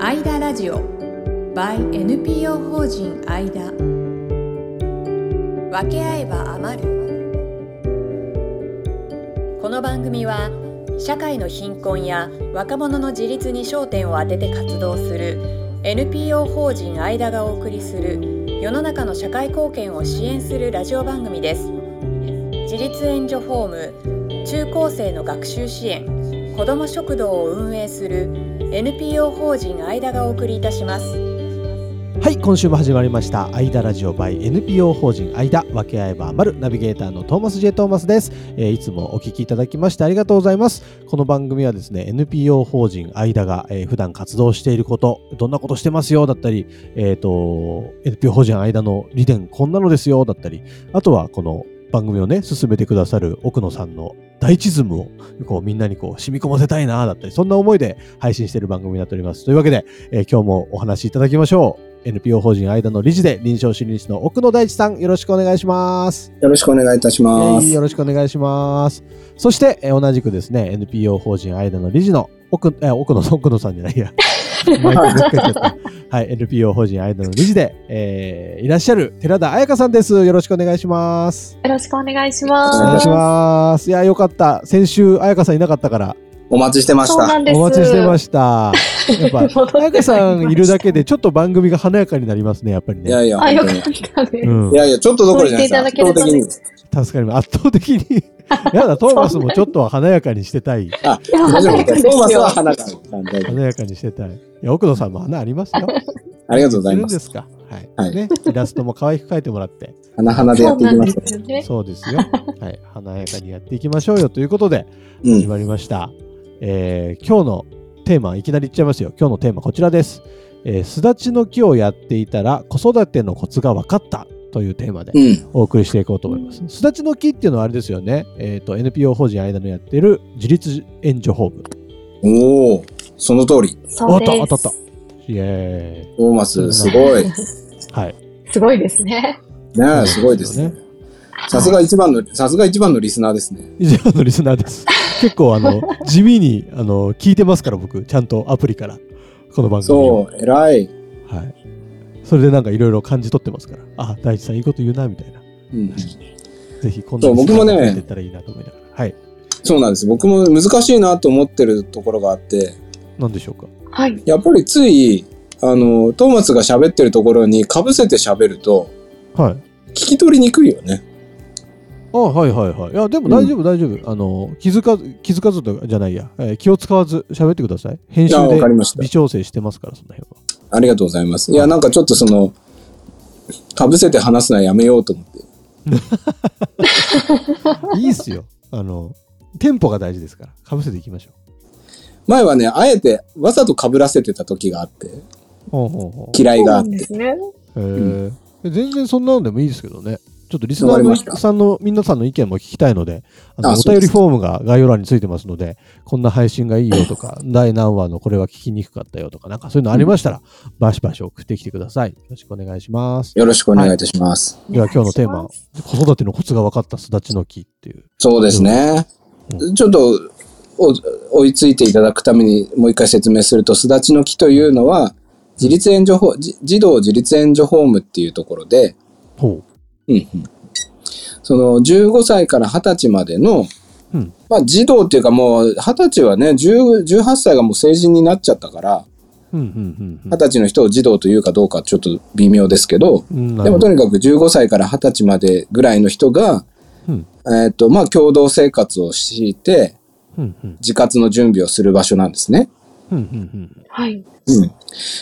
アイダラジオ by NPO 法人アイダ分け合えば余るこの番組は社会の貧困や若者の自立に焦点を当てて活動する NPO 法人アイダがお送りする世の中の社会貢献を支援するラジオ番組です自立援助ホーム中高生の学習支援子ども食堂を運営する NPO 法人アイダがお送りいたしますはい今週も始まりました「アイダラジオ by NPO 法人アイダ分け合えば余る」ナビゲーターのトーマス J トーマスです、えーいつもお聞きいただきましてありがとうございますこの番組はですね NPO 法人アイダが、えー普段活動していることどんなことしてますよだったりえっ、と NPO 法人アイダの理念こんなのですよだったりあとはこの番組をね進めてくださる奥野さんの大地ズムをこうみんなにこう染み込ませたいなだったりそんな思いで配信している番組になっておりますというわけで、えー今日もお話しいただきましょう NPO 法人間の理事で臨床心理士の奥野大地さんよろしくお願いします。よろしくお願いいたしまえーす。よろしくお願いします。そして、えー同じくですね NPO 法人間の理事の奥,、えー奥野さん奥野さんじゃない や。マイクがつかちゃったはい、NPO 法人間の理事で、えーいらっしゃる寺田彩香さんです。よろしくお願いします。よろしくお願いしおます。願いします。いや、よかった。先週、彩香さんいなかったから、お待ちしてましそうなた。んです。お待ちしてました。やっ ぱ、戻ってまいり彩香ましたさんいるだけで、ちょっと番組が華やかになりますね、やっぱりいやね。いや、あ、よ本か当っにたです。うんいやいや、ちょっとどころじゃないですそう言っていただけるとね圧助かります。圧倒的 に。やだ、トーマスもちょっとは華やかにしてたい。倒的いや、に。大丈夫わです。トーかるんでマすスよは。花が大丈夫華やかにしてたい。いや、奥野さんも花ありますよ。 ありがとうございるんま。ですすか。はい。はいね、イラストも可愛く描いてもら って。花花でやそっうていなきんま。ですすよね。そうですよ。はい。華やかにやっていきましょうよということで、う始ん。まりました。えー今日のテーマ、いきなり言っちゃいますよ。今日のテーマ、こちらです。えー、すだちの木をやっていたら、子育てのコツが分かったというテーマでうん。お送りしていこうと思います。すだちの木っていうのはあれですよね。えっ、と、NPO 法人間のやってる自立援助ホーム。おお、その通り。そうです。当たった当たイエトーマス、すごい。ねーイ。はい。すごいですね。え、すごいですねそ。さすが一番の、さすが一番のリスナーですね。以上のリスナー です。結構、あの、地味に、あの、聞いてますから、僕、ちゃんとアプリから、この番組を。そう、偉い。はい。それでなんかいろいろ感じ取ってますから、あ、大地さんいいこと言うな、みたいな。うん。ぜひ、今度そう僕もねやっていったらいいなと思いながら。はい。そうなんです。僕も難しいなと思ってるところがあって、なんでしょうか。はい。やっぱりつい、あの、トーマスが喋ってるところに被せて喋ると、はい。聞き取りにくいよね。あはいはいはい。いや、でも大丈夫、大丈夫。あの、気づかず、気づかずとじゃないや。えー気を使わず喋ってください。編集あわでかりました微調整してますから、その辺は。ありがとうございます。いや、なんかちょっとその、かぶせて話すのはやめようと思って。いいっすよ。あの、テンポが大事ですから、かぶせていきましょう。前はね、あえてわざとかぶらせてた時があって、ほうほうほう。嫌そいうがあなっんでて。すね。へー全然そんなのでもいいですけどね。ちょっとリスナーわかりのましたさんの皆さんの意見も聞きたいので、あのあおそう便でりすフォームが概要欄についてますので、こんな配信がいいよとか、第何話のこれは聞きにくかったよとか、なんかそういうのありましたら、バシバシ送ってきてください。よろしくお願いします。よろしくお願いいたします。では今日のテーお願マいし、子育てのコツが分かったすだちの木っていう。そうですね。ちょっとお追いついていただくためにもう一回説明すると、すだちの木というのは、自立援助ホじ児童自立援助ホームっていうところで、ほうんうんその15歳から20歳までの、うんまあ児童っていうかもう20歳はね、10 18歳がもう成人になっちゃったから、う。うんうんうん二十歳の人を児童というかどうかちょっと微妙ですけど、うんうん。なでるもほどとにかく15歳から20歳までぐらいの人が、うんえっ、と、まあ、共同生活を敷いて、うんうん自活の準備をする場所なんですね。うんうんはい。うん。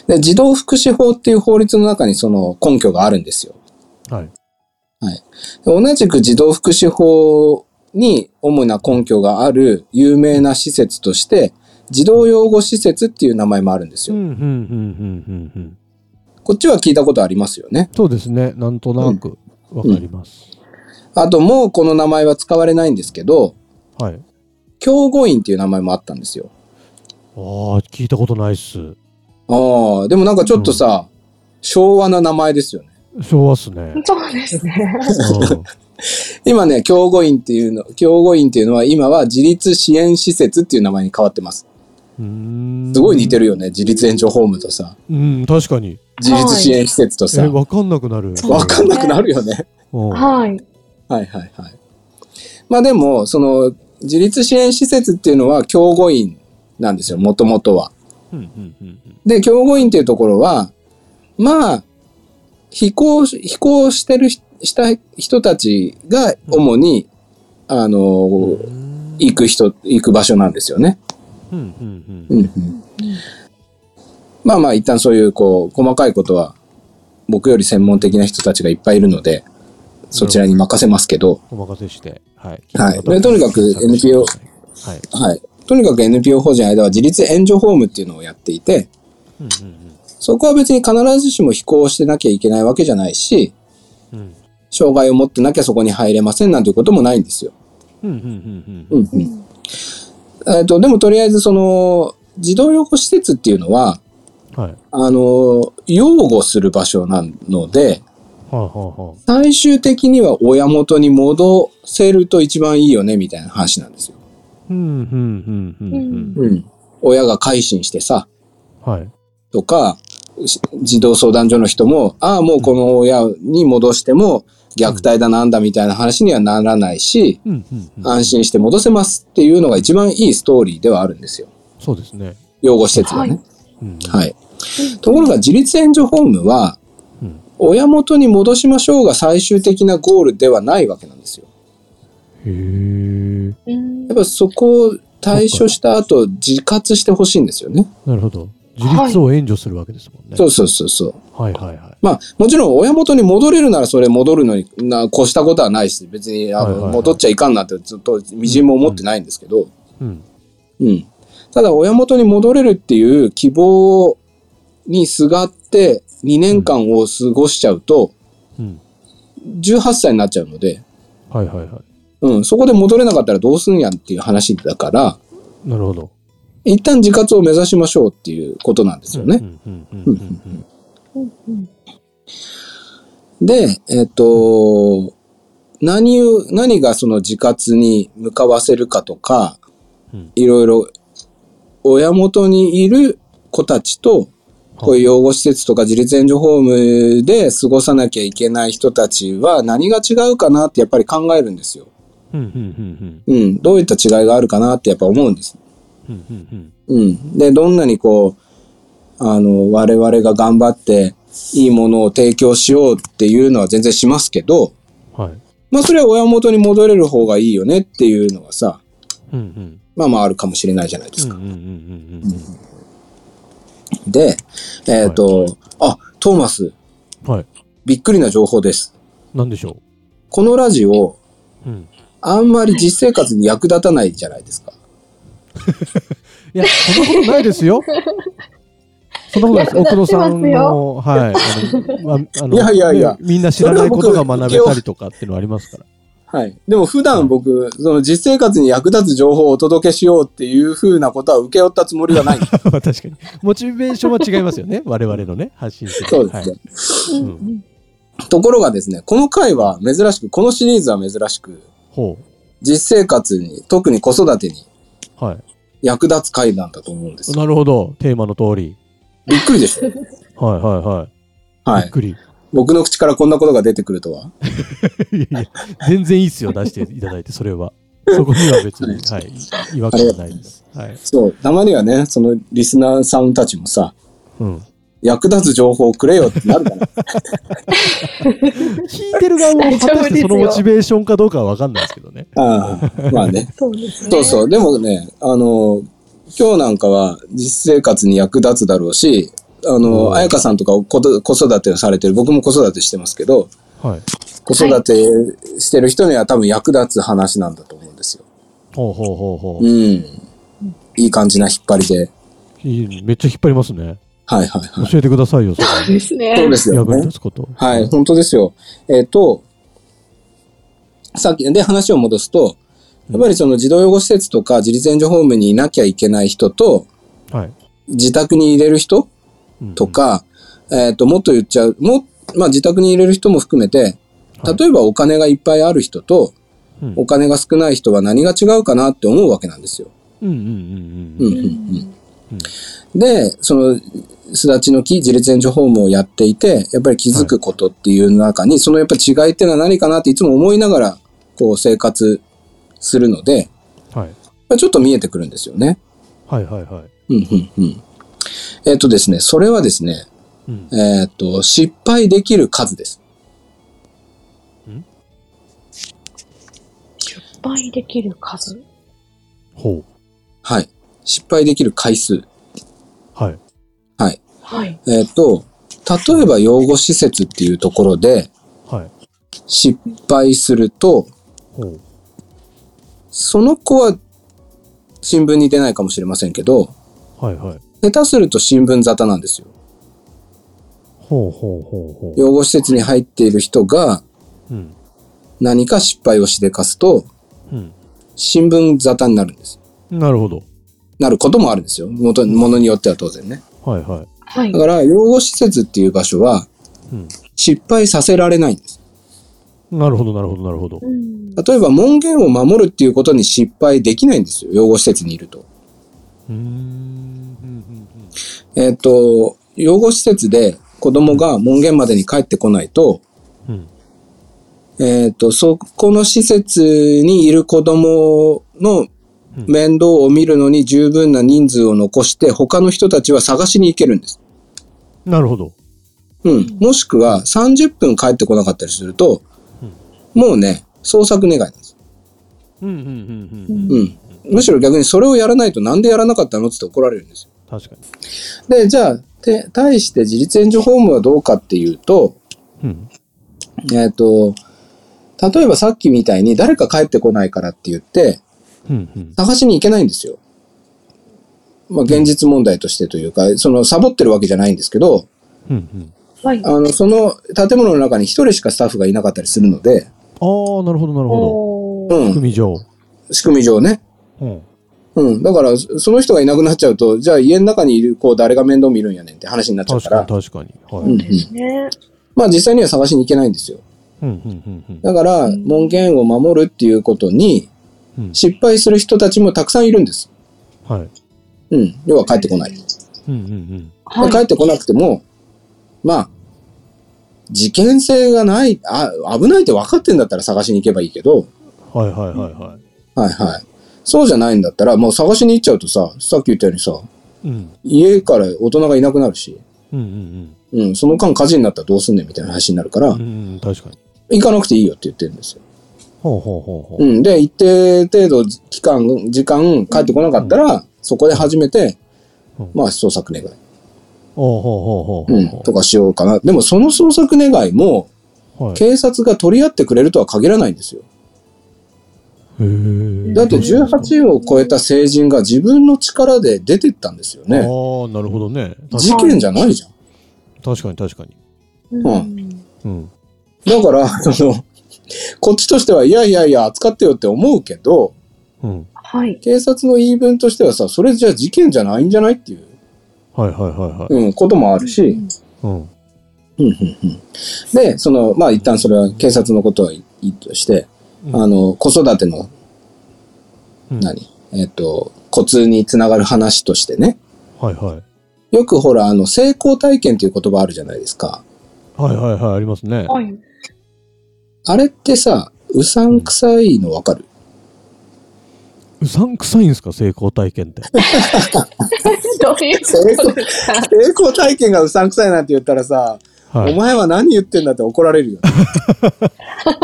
で、児童福祉法っていう法律の中にその根拠があるんですよ。うん。はい。で同じく児童福祉法に主な根拠がある有名な施設として、児童養護施設っていう名前もあるんですうんうよ。んうんうんうんうん。こっちは聞いたことありますよね。そうですね。なんとなく分かります。あともうこの名前は使われないんですけど、はい。強護院っていう名前もあったんですよ。ああ、聞いたことないっす。ああ、でもなんかちょっとさ、昭和な名前ですよね。昭和っす ね。そうですね。今ね、強護院っていうの、強護院っていうのは今は自立支援施設っていう名前に変わってます。すすごい似てるよね自立援助ホームとさうん確かに自立支援施設とえさ、わかんなくなるそうわかんなくなるよね。うんははい。いはいはい。まあでも、その、自立支援施設っていうのは、教護員なんですよ、もともとは。うんうんうんうんで、教護員っていうところは、まあ、非行、非行してるひ、した人たちが主に、あの、行く人、行く場所なんですよね。うんうんううんんうんまあまあ、一旦そういう、こう、細かいことは、僕より専門的な人たちがいっぱいいるので、そちらに任せますけど、お任せしてはいはいでとにかく NPO はいはい。とにかく NPO 法人間は自立援助ホームっていうのをやっていて、うんうんそこは別に必ずしも非行してなきゃいけないわけじゃないし、うんうん障害を持ってなきゃそこに入れませんなんていうこともないんですよ。うんうんうんうんうん。えっと、でもとりあえずその、児童養護施設っていうのは、うんはいはいあの、擁護する場所なので、は最終的には親元に戻せると一番いいよねみたいな話なんですよ。いうんうんうんうんうんうん。親が改心してさ、はいとか、し児童相談所の人も、ああ、もうこの親に戻しても虐待だなんだみたいな話にはならないし、うんうんうん安心して戻せますっていうのが一番いいストーリーではあるんですよ。そうですね養護施設はね。うんはい。ところが自立援助ホームは、うん親元に戻しましょうが最終的なゴールではないわけなんですよ。へえうんやっぱそこを対処した後、自活してほしいんですよね。なるほど自立を援助するわけですもんねそうそうそうそう。はいはいはいまあ、もちろん親元に戻れるならそれ戻るのにな越したことはないし、別にあの、はいはいはい戻っちゃいかんなってずっとみじんも思ってないんですけど、うんうん。ただ親元に戻れるっていう希望にすがって2年間を過ごしちゃうと、うん18歳になっちゃうので、はいはいはうん、そこで戻れなかったらどうすんやんっていう話だから、いなるほど一旦自活を目指しましょうっていうことなんですよね。うんうんうんうんうんうんうんで、えっ、と、何を、何がその自活に向かわせるかとか、うんいろいろ、親元にいる子たちと、こういう養護施設とか自立援助ホームで過ごさなきゃいけない人たちは何が違うかなってやっぱり考えるんですよ。うんうんうんうん。どういった違いがあるかなってやっぱ思うんです。うんうんうんうんうん。で、どんなにこう、あの、我々が頑張っていいものを提供しようっていうのは全然しますけど、はいまあそれは親元に戻れる方がいいよねっていうのはさ、うんうんまあまああるかもしれないじゃないですうんか。うんうんうんで、えっ、と、あ、トーマス、うんはいびっくりな情報です。なんでしょこのラジオ、ううんあんまり実生活に役立たないじゃないですか。いや、そんなことないです よ。そんなことないです。奥野さんの、はい。あの、ああのいやいやいやねみんな知らないことが学べたりとかっていうのありますから。 はい。でも普段僕、その実生活に役立つ情報をお届けしようっていうふうなことは請け負ったつもりはない。確かに。モチベーションは違いますよ ね。我々のね、発信する。 そうですはね。い。う、うんんところがですね、この回は珍しく、このシリーズは珍しく、ほ実生活に、特に子育てにう。はい。役立つ回なんだと思うんですよ。なるほど。テーマの通り。びっくり でしょはいはいはい。はびっい。くり。い僕の口からこんなことが出てくるとは。やいや、全然いいっすよ。出していただいて、それは。そこには別に、はい。違和感はないです。はい。そう。たまにはね、そのリスナーさんたちもさ、うん。役立つ情報をくれよってな るから。聞いてる側も果たしてそのモチベーションかどうかはわかんないですけどね。ああ、まあね。そうですね。そうそう。でもね、あの、今日なんかは実生活に役立つだろうし、あうんの、彩香さんとか子ど子育てをされてる、僕も子育てしてますけど、はい。子育てしてる人には多分役立つ話なんだと思うんですよ。ほうほうほうほう。うん。いい感じな引っ張りで。いいめっちゃ引っ張りますね。はいはいはい。教えてくださいよ、そそうですね。そうですれよ役にね立。つこと。はい、本当ですよ。えっ、と、さっき、で、話を戻すと、やっぱりその児童養護施設とか自立援助ホームにいなきゃいけない人と、はい。自宅に入れる人うんと、か、えっ、と、もっと言っちゃう、も、まあ自宅に入れる人も含めて、はい例えばお金がいっぱいある人と、うんお金が少ない人は何が違うかなって思うわけなんですよ。うんうんうんうんう。うんんうん。で、その、すだちの木、自立援助ホームをやっていて、やっぱり気づくことっていう中に、そのやっぱり違いっていうのは何かなっていつも思いながら、こう生活するので、やっはいぱりちょっと見えてくるんですよね。はいはいはい。うん、うん、うん。えっ、とですね、それはですね、うん。えっ、と、失敗できる数です。失敗できる数。ほう。はい。失敗できる回数。はい。はい。えっ、と、例えば養護施設っていうところではい。失敗すると、ほう。その子は新聞に出ないかもしれませんけど、はいはい。下手すると新聞沙汰なんですよ。ほうほうほうほう。養護施設に入っている人がうん。何か失敗をしでかすと、うん。新聞沙汰になるんです。なるほど。なることもあるんですよ。もとものによっては当然ね。はいはい。はいだ。から、養護施設っていう場所はうん。失敗させられないんです。なるほどなるほどなるほど。うん例えば、門限を守るっていうことに失敗できないんですよ。養護施設にいると。うーん。うんうんえっ、と、養護施設で子供が門限までに帰ってこないと、うん。うん。えっ、と、そこの施設にいる子供の面倒を見るのに十分な人数を残して、他の人たちは探しに行けるんです。なるほど。うん。もしくは、30分帰ってこなかったりすると、もうね、捜索願いなんです。うんうんうんうん。うん。むしろ逆にそれをやらないとなんでやらなかったのって怒られるんですよ。確かに。で、じゃあ、て、対して自立援助ホームはどうかっていうと、うん。えっ、と、例えばさっきみたいに誰か帰ってこないからって言って、うんうん。探しに行けないんですよ。まあ、現実問題としてというか、その、サボってるわけじゃないんですけど、うんうん。はい。あの、その建物の中に一人しかスタッフがいなかったりするので、ああ、なるほどなるほおーうど。ん、組上。仕組み上ね。うん。うん、だから、そその人がいなくなっちゃうと、じゃあ家の中にいる子誰が面倒見るんやねんって話になっちゃう確かからに、確かに。はうい。んですね。まあ実際には探しに行けないんですよ。うんうんうんうん。だから、うん門限を守るっていうことに、うん失敗する人たちもたくさんいるんです。はい。うん、要は帰ってこない。うんうんはい。帰ってこなくても、まあ、事件性がない、あ、危ないって分かってんだったら探しに行けばいいけど、うん。はいはいはいははいはい。そうじゃないんだったら、もう探しに行っちゃうとさ、さっき言ったようにさ、い。うん。家から大人がいなくなるし、うんうんうん、その間火事になったらどうすんねんみたいな話になるから、うん。うんうん、確かに。行かなくていいよって言ってるんですよ。ほうほうほうほうう。ん、で、一定程度期間、時間帰ってこなかったら、そこで初めて、うんまあ、捜索願い、ほうほうほうほううんほ、とかしようかな。でも、その捜索願いも、う。はい。警察が取り合ってくれるとは限らないんですよ。へえ。だって18 18を超えた成人が自分の力で出てったんですよああね。ー、なるほどね。事件じゃないじゃん。確かに確かに。うんうん。だから、その、こっちとしては、いやいやいや、扱ってよって思うけど、うん。はい。警察の言い分としてはさ、それじゃ事件じゃないんじゃないっていう、はいはいはいはい。うん、こともあるし、うん。うんうんうんで、その、まあ一旦それは警察のことはいいとして、うんあの、子育ての、うん何えっと、コツにつながる話としてね、はいはい。よくほら、あの、成功体験っていう言葉あるじゃないですか。はいはいはい、ありますね。はい。あれってさ、うさんくさいのわかるうさんくさいんですか、成功体 験って。どういうことですか成功体験がうさんくさいなんて言ったらさ、はい。前は何言ってんだって怒られるよ。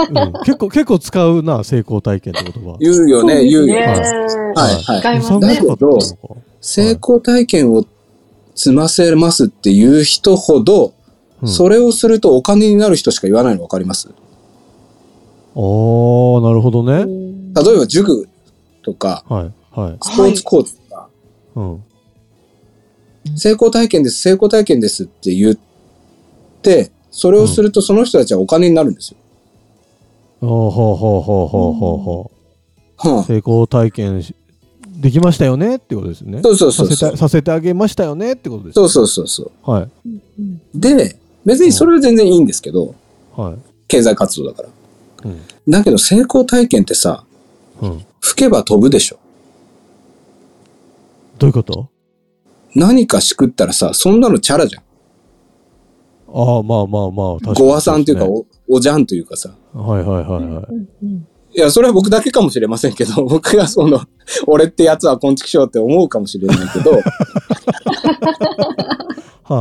うん結構、結構使うな、成功体験って言葉。言うよね、言うよ。はいははい、はい。使いうますねさんくさかったのか成功体験を積ませますっていう人ほど、うんそれをするとお金になる人しか言わないの分かりますおー、なるほどね。例えば塾とか、はい、はい。スポーツコーチとか、うん。成功体験です、成功体験ですって言って、それをするとその人たちはお金になるんですよ。ほうほうほうほうほうほうほう。は成功体験しできましたよねってことですねあ、そ。うそうさそうせそうて。させてあげましたよねってことですそね。うそうそうそう。はい、うんで、別にそれは全然いいんですけど、はい。経済活動だから。うん。だけど成功体験ってさ、うん。吹けば飛ぶでしょ。どういうこと何かしくったらさ、そんなのチャラじゃん。ああ、まあまあまあ、確かにごわさんっていうかはお、おじゃんというかさ。いはいはいはい。いや、それは僕だけかもしれませんけど、 僕がその、俺ってやつは昆虫賞って思うかもしれない けど、はあ、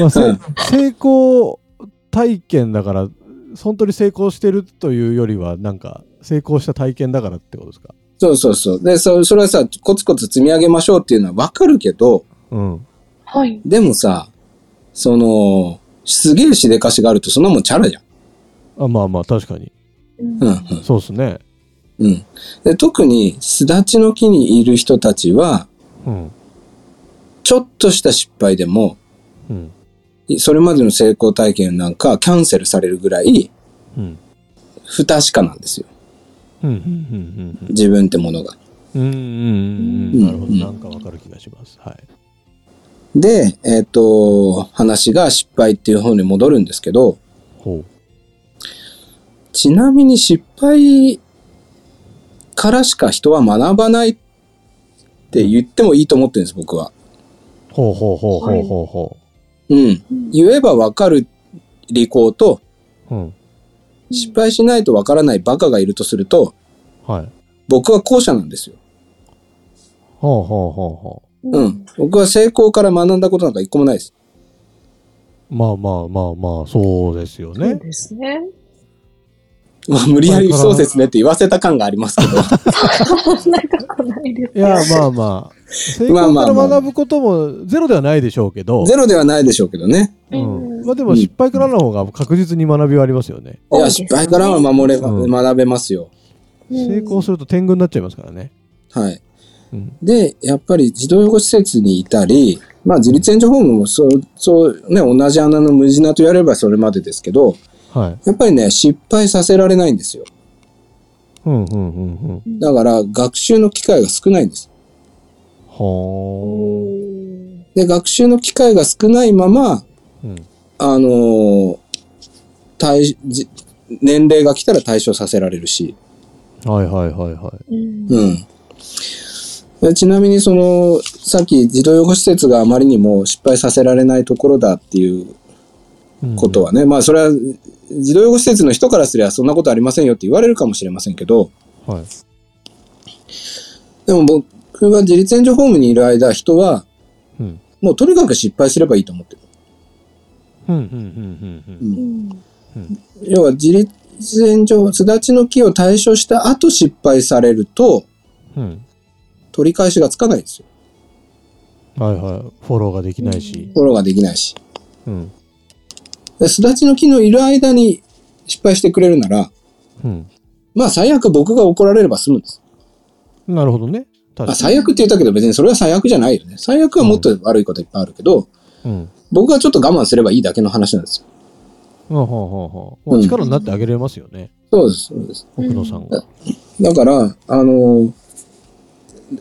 まあ、せうん成功体験だから本当に成功してるというよりはなんか成功した体験だからってことですかそうそうそう。で、そそれはさ、コツコツ積み上げましょうっていうのはわかるけど、うんはい。でもさ、その、すげえしでかしがあると、そんなもんチャラじゃん。あまあまあ確かにうん、う。うんそうですねうん。で特に、すだちの木にいる人たちは、うんちょっとした失敗でも、うんそれまでの成功体験なんかキャンセルされるぐらいうん不確かなんですよ。うんうんうん自分ってものが。うんうんうんうんなるほどなんかわかる気がしますはいで、えっ、と、話が失敗っていう方に戻るんですけど、ほちなみに失敗からしか人は学ばないって言ってもいいと思ってるんです、僕は。うほうほうほうほうほうほうん。言えばわかる利口と、ううん失敗しないとわからないバカがいるとすると、はい僕は後者なんですよ。ほうほうほうほうん。僕は成功から学んだことなんか一個もないです。 うまあまあまあまあそうですよそうねですね。まあ、無理やりそうですねって言わせた感がありますけど。 そんなことないです。いや まあまあ成功から学ぶこともゼロではないでしょうけどゼロではないでしょうけどね。うんうんまあでも失敗からの方が確実に学びはありますよね。い多いや、ですね失敗からは守れば、うん学べますよ。うん成功すると天狗になっちゃいますからね。はい。うん。で、やっぱり児童養護施設にいたり、まあ自立援助ホームもそう、そうね、同じ穴の無地なとやればそれまでですけど、はい。やっぱりね、失敗させられないんですよ。うんうんうんうん。だから学習の機会が少ないんです。ほで、学習の機会が少ないまま、ーうん。あのー対じ年齢が来たら対象させられるし、はいはいはいはい。うんうん。でちなみにその、さっき児童養護施設があまりにも失敗させられないところだっていううんこと。はね、まあそれは児童養護施設の人からすればそんなことありませんよって言われるかもしれませんけど、はい。でも僕は自立援助ホームにいる間、人はうん。もうとにかく失敗すればいいと思ってる。うんうんうんうんうんうん要は自立援助、すだちの木を対処した後失敗されるとうん。うん。取り返しがつかないんですよ。はいはい。フォローができないし。フォローができないし。うん。ですだちの木のいる間に失敗してくれるなら、うん。まあ最悪僕が怒られれば済むんです。なるほどね。確あか最悪って言ったけど別にそれは最悪じゃないよね。最悪はもっと悪いこといっぱいあるけど、に。うん。僕はちょっと我慢すればいいだけの話なんですよ。ほうほうほうほう。もう力になってあげれますよね。そうです、そうです。うん奥野さんが。だから、あの、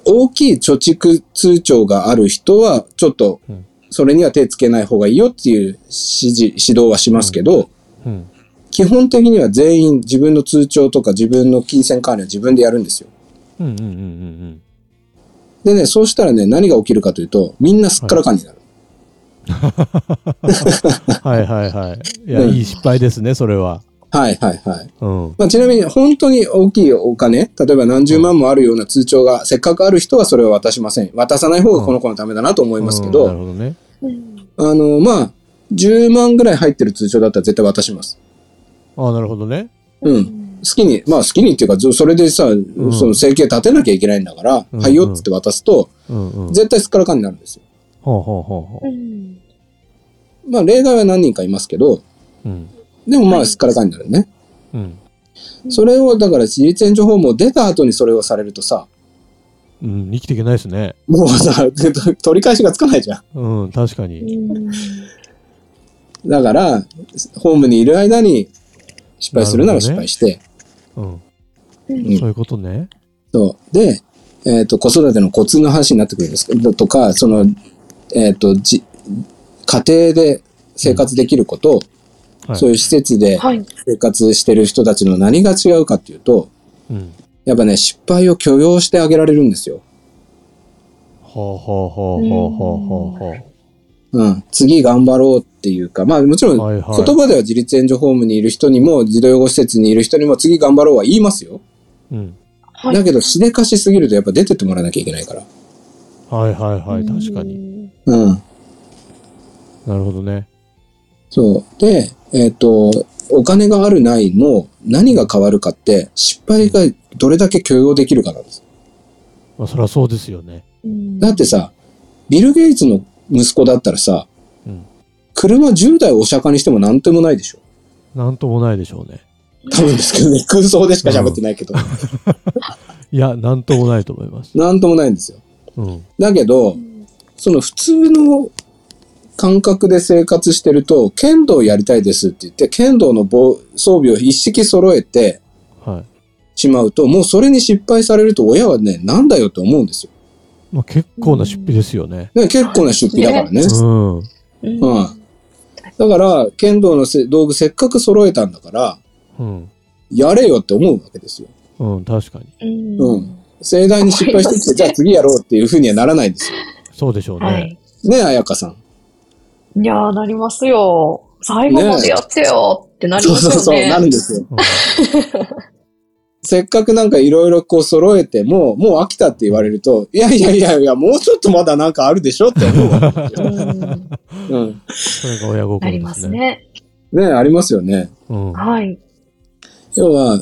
大きい貯蓄通帳がある人は、ちょっとうん、それには手つけない方がいいよっていう指示、指導はしますけど、うん。基本的には全員自分の通帳とか自分の金銭管理は自分でやるんですよ。うんうんうんうんでね、そうしたらね、何が起きるかというと、みんなすっからかんになる。うん。はいはいはい。いや、うんいい失敗ですね、それは。はい、はい、はい。うん。まあ、ちなみに、本当に大きいお金、例えば何十万もあるような通帳が、せっかくある人はそれを渡しません。渡さない方がこの子のためだなと思いますけど、うんなるほどね。うんあの、まあ、10万ぐらい入ってる通帳だったら絶対渡します。ああ、なるほどね。うん好きに、まあ好きにっていうか、ずそれでさ、んその生計立てなきゃいけないんだから、うんはいよっつって渡すと、うんうん。絶対すっからかんになるんですよ。ほうほうほうほうんまあ例外は何人かいますけど、う。うん。でもまはあいすっからかんになるね。うん。うんそれを、だから自立援助法も出た後にそれをされるとさ、うん、生きていけないですね。もうさ、取り返しがつかないじゃうん、確かうに。んん。だから、ホームにいる間に失敗するなら失敗して、うん、うんそういうことね。そう。で、えっ、と、子育てのコツの話になってくるんですけど、とか、その、えっ、と、じ、家庭で生活できること、はい。そういう施設ではい。生活してる人たちの何が違うかっていうと、うん。やっぱね、失敗を許容してあげられるんですよ。はほうほうほうほうほうほうほう。うん、次頑張ろうっていうか、まあもちろん言はいはい葉では自立援助ホームにいる人にも、児童養護施設にいる人にも次頑張ろうは言いますよ。うん。はいだけど、しでかしすぎるとやっぱ出てってもらわなきゃいけないから。はいはいはい、確かに。に。うん。なるほどね。そう。で、えっ、と、お金があるないの何が変わるかって、失敗がどれだけ許容できるかなんです。まあ、そりゃそうですよね。だってさ、ビル・ゲイツの息子だったらさ、うん。車10台お釈迦にしても何ともないでしょ。なんともないでしょうね。多分ですけどね、空想でしか喋ってないけど。いや、なんともないと思います。何ともないんですよ。うん。だけど、その普通の感覚で生活してると、剣道やりたいですって言って、剣道の防装備を一式揃えてはい。しまうと、もうそれに失敗されると親はね、なんだよって思うんですよ。まあ、結構な出費ですよね。ね結構な出費だからね。うん。うんうん。だから、剣道のせ道具せっかく揃えたんだから、うん。やれよって思うわけですよ。うん、確かに。ううん盛大に失敗してきて、じゃあ次やろうっていうふうにはならないんですよ。そうでしょうね。はい。ね、彩香さん。いやー、なりますよ。最後までやってよってなりそうますそうよそう、ね。なるんですよ。うんせっかくなんかいろいろこう揃えても、もう飽きたって言われると、いやいやいやいや、もうちょっとまだなんかあるでしょって思う わ。うんうん。それが親な心りでますすね。ねね。ありますよね。うん。ははい。要は、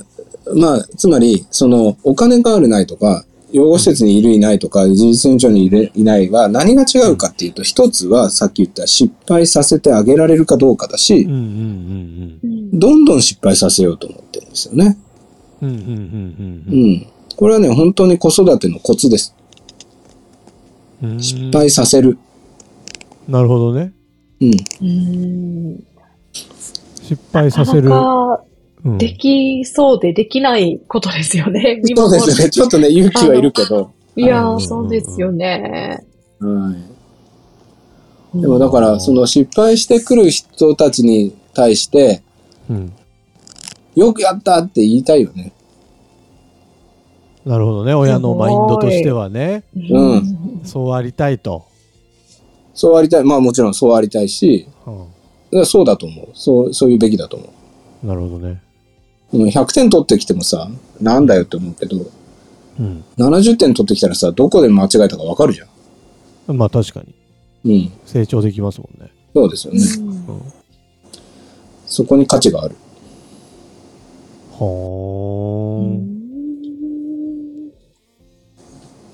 まあ、つまり、その、お金があるないとか、養護施設にいるいないとか、事実援助にいるいないは何が違うかっていうと、一つはさっき言った失敗させてあげられるかどうかだい。うしん、うんうんどんどん失敗させようと思ってるんですよね。うんうん。うんうんううんん。これはね、本当に子育てのコツです。うんうん。失敗させる。なるほどね。うん。うん失敗さなせかる。なかうんできそうでできないことですよね。見そう守でるすね。ちょっとね、勇気はいるけど。いやうー、んそうですよね。はい。うんでもだかうら、んその失敗してくる人たちに対して、うん。よくやったって言いたいよね。なるほどね。親のマインドとしてはね、うんうんそうありたいと。そうありたい。まあもちろんそうありたいし、うだからそうだと思う。そう、そういうべきだと思ん。なるほどね。う。うん100点取ってきてもさ、なんだよって思うけど、うん。 70点取ってきたらさ、どこで間違えたかわかるじゃん。まあ確かに。うん。成長できますもんね。そうですよね。そこに価値がある。ほーん。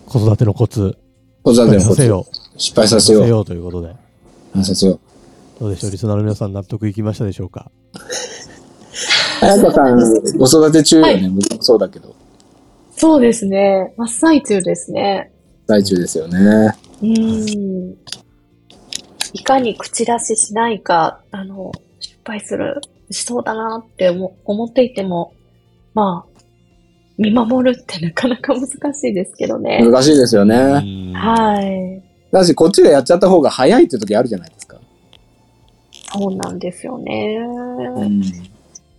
子育てのコツ。子育てのさこせと。よう。失敗させよう。ようということで。させよう。どうでしょうリスナーの皆さん納得いきましたでしょうか彩香さん、子育て中よね。は僕もそうだけど。そうですね。真っ最中ですね。大中ですよね。うん。いかに口出ししないか、あの、失敗する、しそうだなって思思っていても、まあ、見守るってなかなか難しいですけどね。難しいですよね。はい。だし、こっちでやっちゃった方が早いって時あるじゃないですか。そうなんですよね。うん。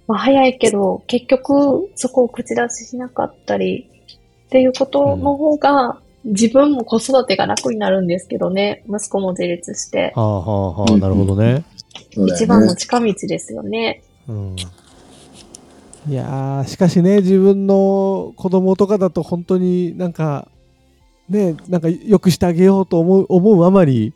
まあ、早いけど、結局、そこを口出ししなかったり、っていうことの方が、自分も子育てが楽になるんですけどね。息子も自立して。はあはあはあ、なるほどね。そうだ一よ番ねの。近道ですよね。うん。いやー、しかしね、自分の子供とかだと本当になんか、ね、なんかよくしてあげようと思う思うあまり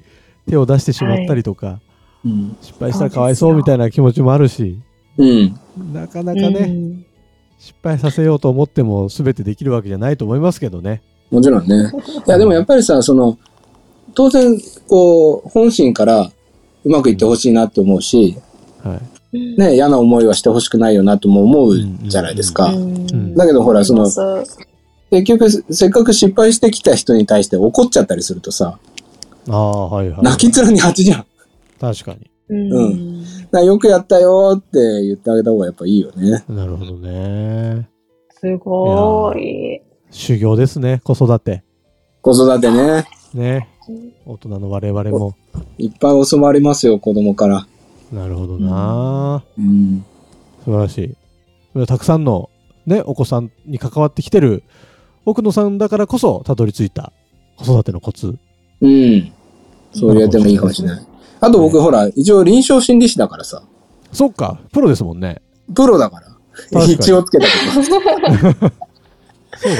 手を出してしまったりとか、うん。失敗したらかわいそうみたいな気持ちもあるし、うん。なかなかね、うん失敗させようと思っても全てできるわけじゃないと思いますけどね。もちろんね。いや、でもやっぱりさ、その、当然、こう、本心からうまくいってほしいなって思うし、はい。うんね、嫌な思いはしてほしくないよなとも思うじゃないですか。うんだけどほらそのそう結局、せっかく失敗してきた人に対して怒っちゃったりするとさ、ああ、はいはい。泣き面に恥じゃん。だか確かに。ううん。らよくやったよーって言ってあげた方がやっぱいいよね。なるほどね。すごい。修行ですね、子育て。子育てね。ね。大人の我々も。いっぱい教わりますよ、子供から。なるほどな、うん。素晴らしい。たくさんの、ね、お子さんに関わってきてる奥野さんだからこそたどり着いた子育てのコツうん。そうやってもいいかもしれない。あと僕、ほら、一応臨床心理士だからさ、そっか、プロですもんね。プロだから。かに一応つけたけど。そうだ、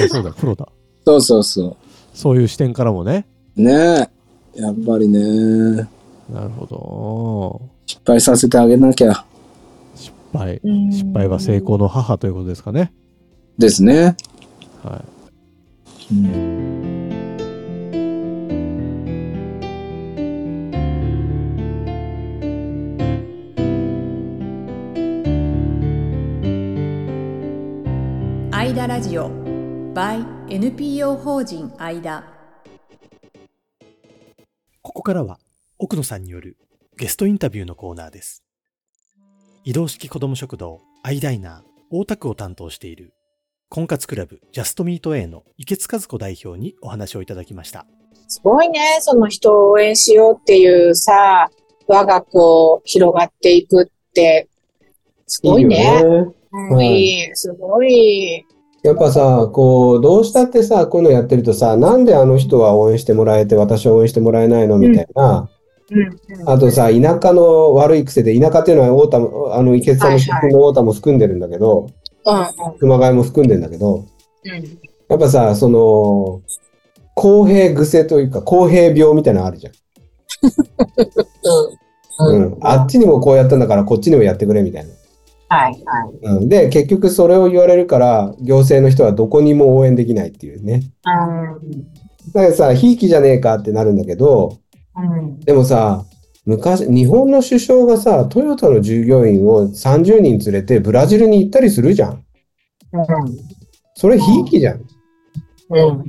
そうだ、プロだ。そうそうそそういう視点からもね。う。ねえ。やっぱりね。なるほど。失敗させてあげなきゃ。失敗。うん失敗は成功の母ということですかね。ですね。はうんアイダラジオ by NPO 法人アイダここからは奥野さんによるゲストインタビューのコーナーです。移動式子ども食堂アイダイナー大田区を担当している婚活クラブジャストミート A の池津和子代表にお話をいただきました。すごいね、その人を応援しようっていうさ、我が子広がっていくって、すごいね。よね。うんいい、すごい。やっぱさ、こう、どうしたってさ、こういうのやってるとさ、なんであの人は応援してもらえて、私は応援してもらえないのみたいな。あとさ、田舎の悪い癖で、田舎っていうのは太田も、あの、池津さんの出身の太田も含んでるんだけど、うんうん熊谷も含んでんだけど、うんやっぱさ、その、公平癖というか、公平病みたいなのあるじゃん。うんうん。あっちにもこうやったんだから、こっちにもやってくれみたいな。はいはい。うん。で、結局それを言われるから、行政の人はどこにも応援できないっていうね。だからさ、ひいきじゃねえかってなるんだけど、うんでもさ、昔、日本の首相がさ、トヨタの従業員を30人連れてブラジルに行ったりするじゃん。それひいきじゃん。うんうん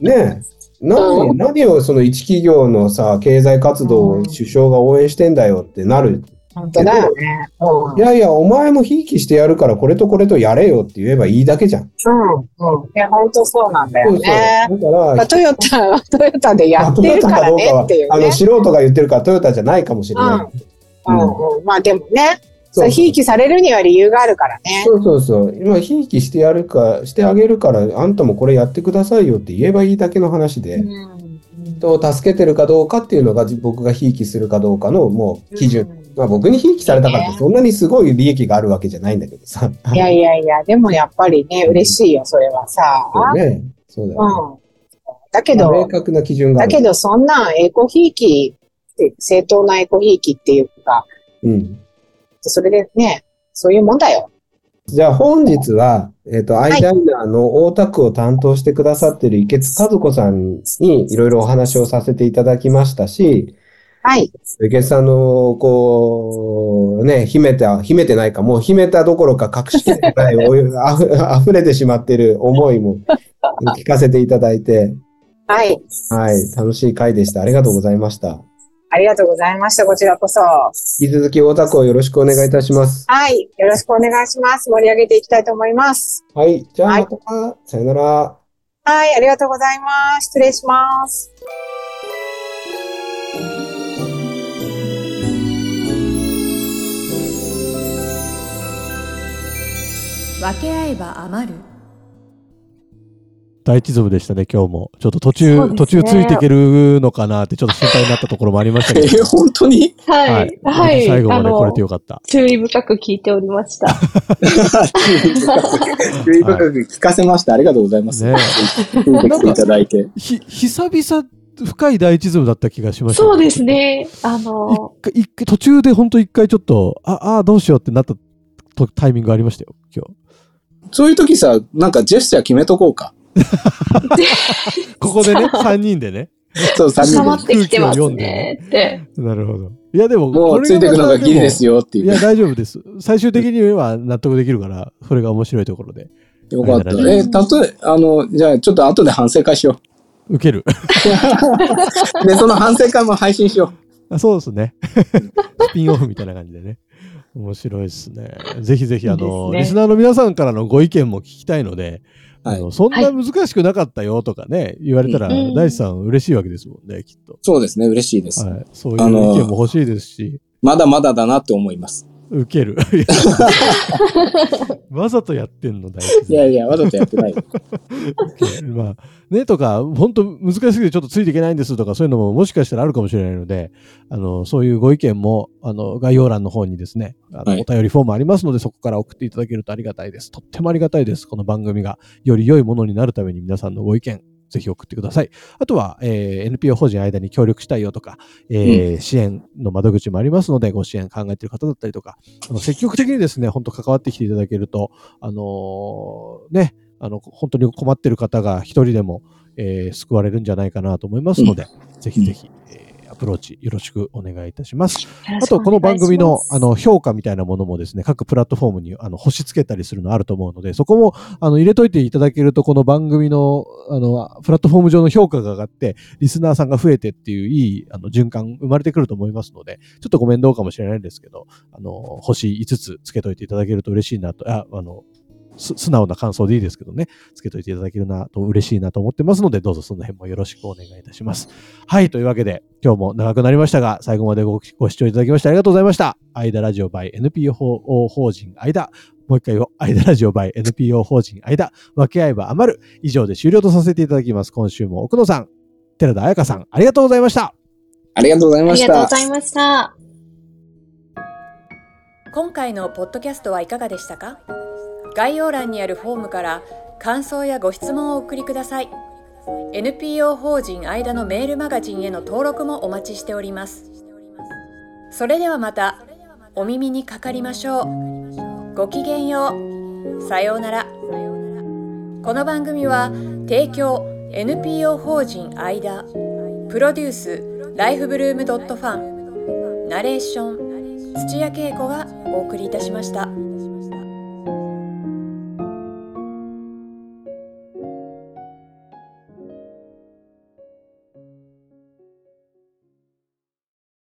ねえ。う何ん何をその一企業のさ、経済活動を首相が応援してんだよってなる。本当だよね。うんいやいや、お前もひいきしてやるからこれとこれとやれよって言えばいいだけじゃん。うんうんいや、本当そうなんだよそうそう。ね。だから、まあ、トヨタはトヨタでやってるからねっていうあのね。素人が言ってるからトヨタじゃないかもしれない。うんうんまあでもね、そうそうひいきされるには理由があるからね。そうそうそう。今、ひいきしてやるか、してあげるから、あんたもこれやってくださいよって言えばいいだけの話で、人を助けてるかどうかっていうのが、じ僕がひいきするかどうかの、もう、基準。まあ、僕にひいきされたからっねて、そんなにすごい利益があるわけじゃないんだけどさ。いやいやいや、でもやっぱりね、嬉しいよ、それはさ。そうね。そうだうよ、ね。ん。だけ明ど、確な基準がだある。けどそんなエコひいきって、正当なエコひいきっていうか、うん。それでね、そういうもんだよ。じゃあ、本日は、えっ、と、アイダイナーの大田区を担当してくださってる池津和子さんにいろいろお話をさせていただきましたし、はい。池さんの、こう、ね、秘めた、秘めてないか、もう秘めたどころか隠しきれてない、お湯あふ溢れてしまってる思いも聞かせていただいて、はい。はい、楽しい回でした。ありがとうございました。ありがとうございました、こちらこそ。は引き続き大田区をよろしくお願いいたします。い。よろしくお願いします。盛り上げていきたいと思います。はい、じゃあはいまた、さよなら。はい。ありがとうございます。失礼します。ー分け合えば余る大一族でしたね、今日も。ちょっと途中、そうですね途中ついていけるのかなって、ちょっと心配になったところもありましたえけど。ー、本当にはい。はい。最後まあでの来れてよかった。注意深く聞いておりました。注意深く聞かせまして、ありがとうございます。ね聞いてきていただいて。ひ、久々、深い第一ズムだった気がしました、そうです。ね。あの、一回、一回、途中で本当一回ちょっと、あ、あー、どうしようってなったとタイミングありましたよ、今そういう時さ、なんかジェスチャー決めとこうか。日。ここで ね、3人でね。そう、3収ま人ってきてますねって。なるほど。いや、でも、で。もうついていくのがギリですよ。よってい。いうや、大丈夫です。最終的には納得できるから、それが面白いところで。よかった。ありえー、たとえ、あの、じゃあちょっと後で反省会しよ受ける。 う。で、その反省会も配信しよあそうです ね。スピンオフみたいな感じでね。面白いですね。ぜひぜひ、あの、ですねリスナーの皆さんからのご意見も聞きたいので、はいあのそんな難しくなかったよとかね、言われたら、うん大地さん嬉しいわけですもんね、きっとう。。そうですね、嬉しいです。はい、そういうあの意見も欲しいですし、まだまだだなって思います。ウケ る。わざとやってんの、大いやいや、わざとやってない。体。まあ、ね、とか、本当難しすぎてちょっとついていけないんですとか、そういうのももしかしたらあるかもしれないので、あの、そういうご意見も、あの、概要欄の方にですね、あのはいお便りフォームありますので、そこから送っていただけるとありがたいです。とってもありがたいです。この番組がより良いものになるために皆さんのご意見、ぜひ送ってください。あとは、えー NPO 法人間に協力したいよとか、えー支援の窓口もありますので、ご支援考えている方だったりとか、あの積極的にですね、本当関わってきていただけると、あのーね、あの、本当に困っている方が一人でも、えー救われるんじゃないかなと思いますので、ぜひぜひ、えーアプローチよろしくお願いいたします。あと、この番組のあの評価みたいなものもですね、各プラットフォームにあの星つけたりするのあると思うので、そこもあの入れといていただけると、この番組のあのプラットフォーム上の評価が上がって、リスナーさんが増えてっていういいあの循環生まれてくると思いますので、ちょっとご面倒かもしれないんですけど、あの星5つつけといていただけると嬉しいなと、ああのす素直な感想でいいですけどね、つけといていただけるなと嬉しいなと思ってますので、どうぞその辺もよろしくお願いいたします。はい、というわけで、今日も長くなりましたが、最後までごご視聴いただきましてありがとうございました。アイダラジオ by NPO 法人アイダ。もう一回を、アイダラジオ by NPO 法人アイダ。分け合えば余る。以上で終了とさせていただきます。今週も奥野さん、寺田彩香さん、ありがとうございました。 ありがとうございあまりしがとうたご。ざいました。今回のポッドキャストはいかがでしたか概要欄にあるフォームから感想やご質問をお送りください NPO 法人間のメールマガジンへの登録もお待ちしておりますそれではまたお耳にかかりましょうごきげんようさようならこの番組は提供 NPO 法人間プロデュースライフブルームドットファンナレーション土屋恵子がお送りいたしました。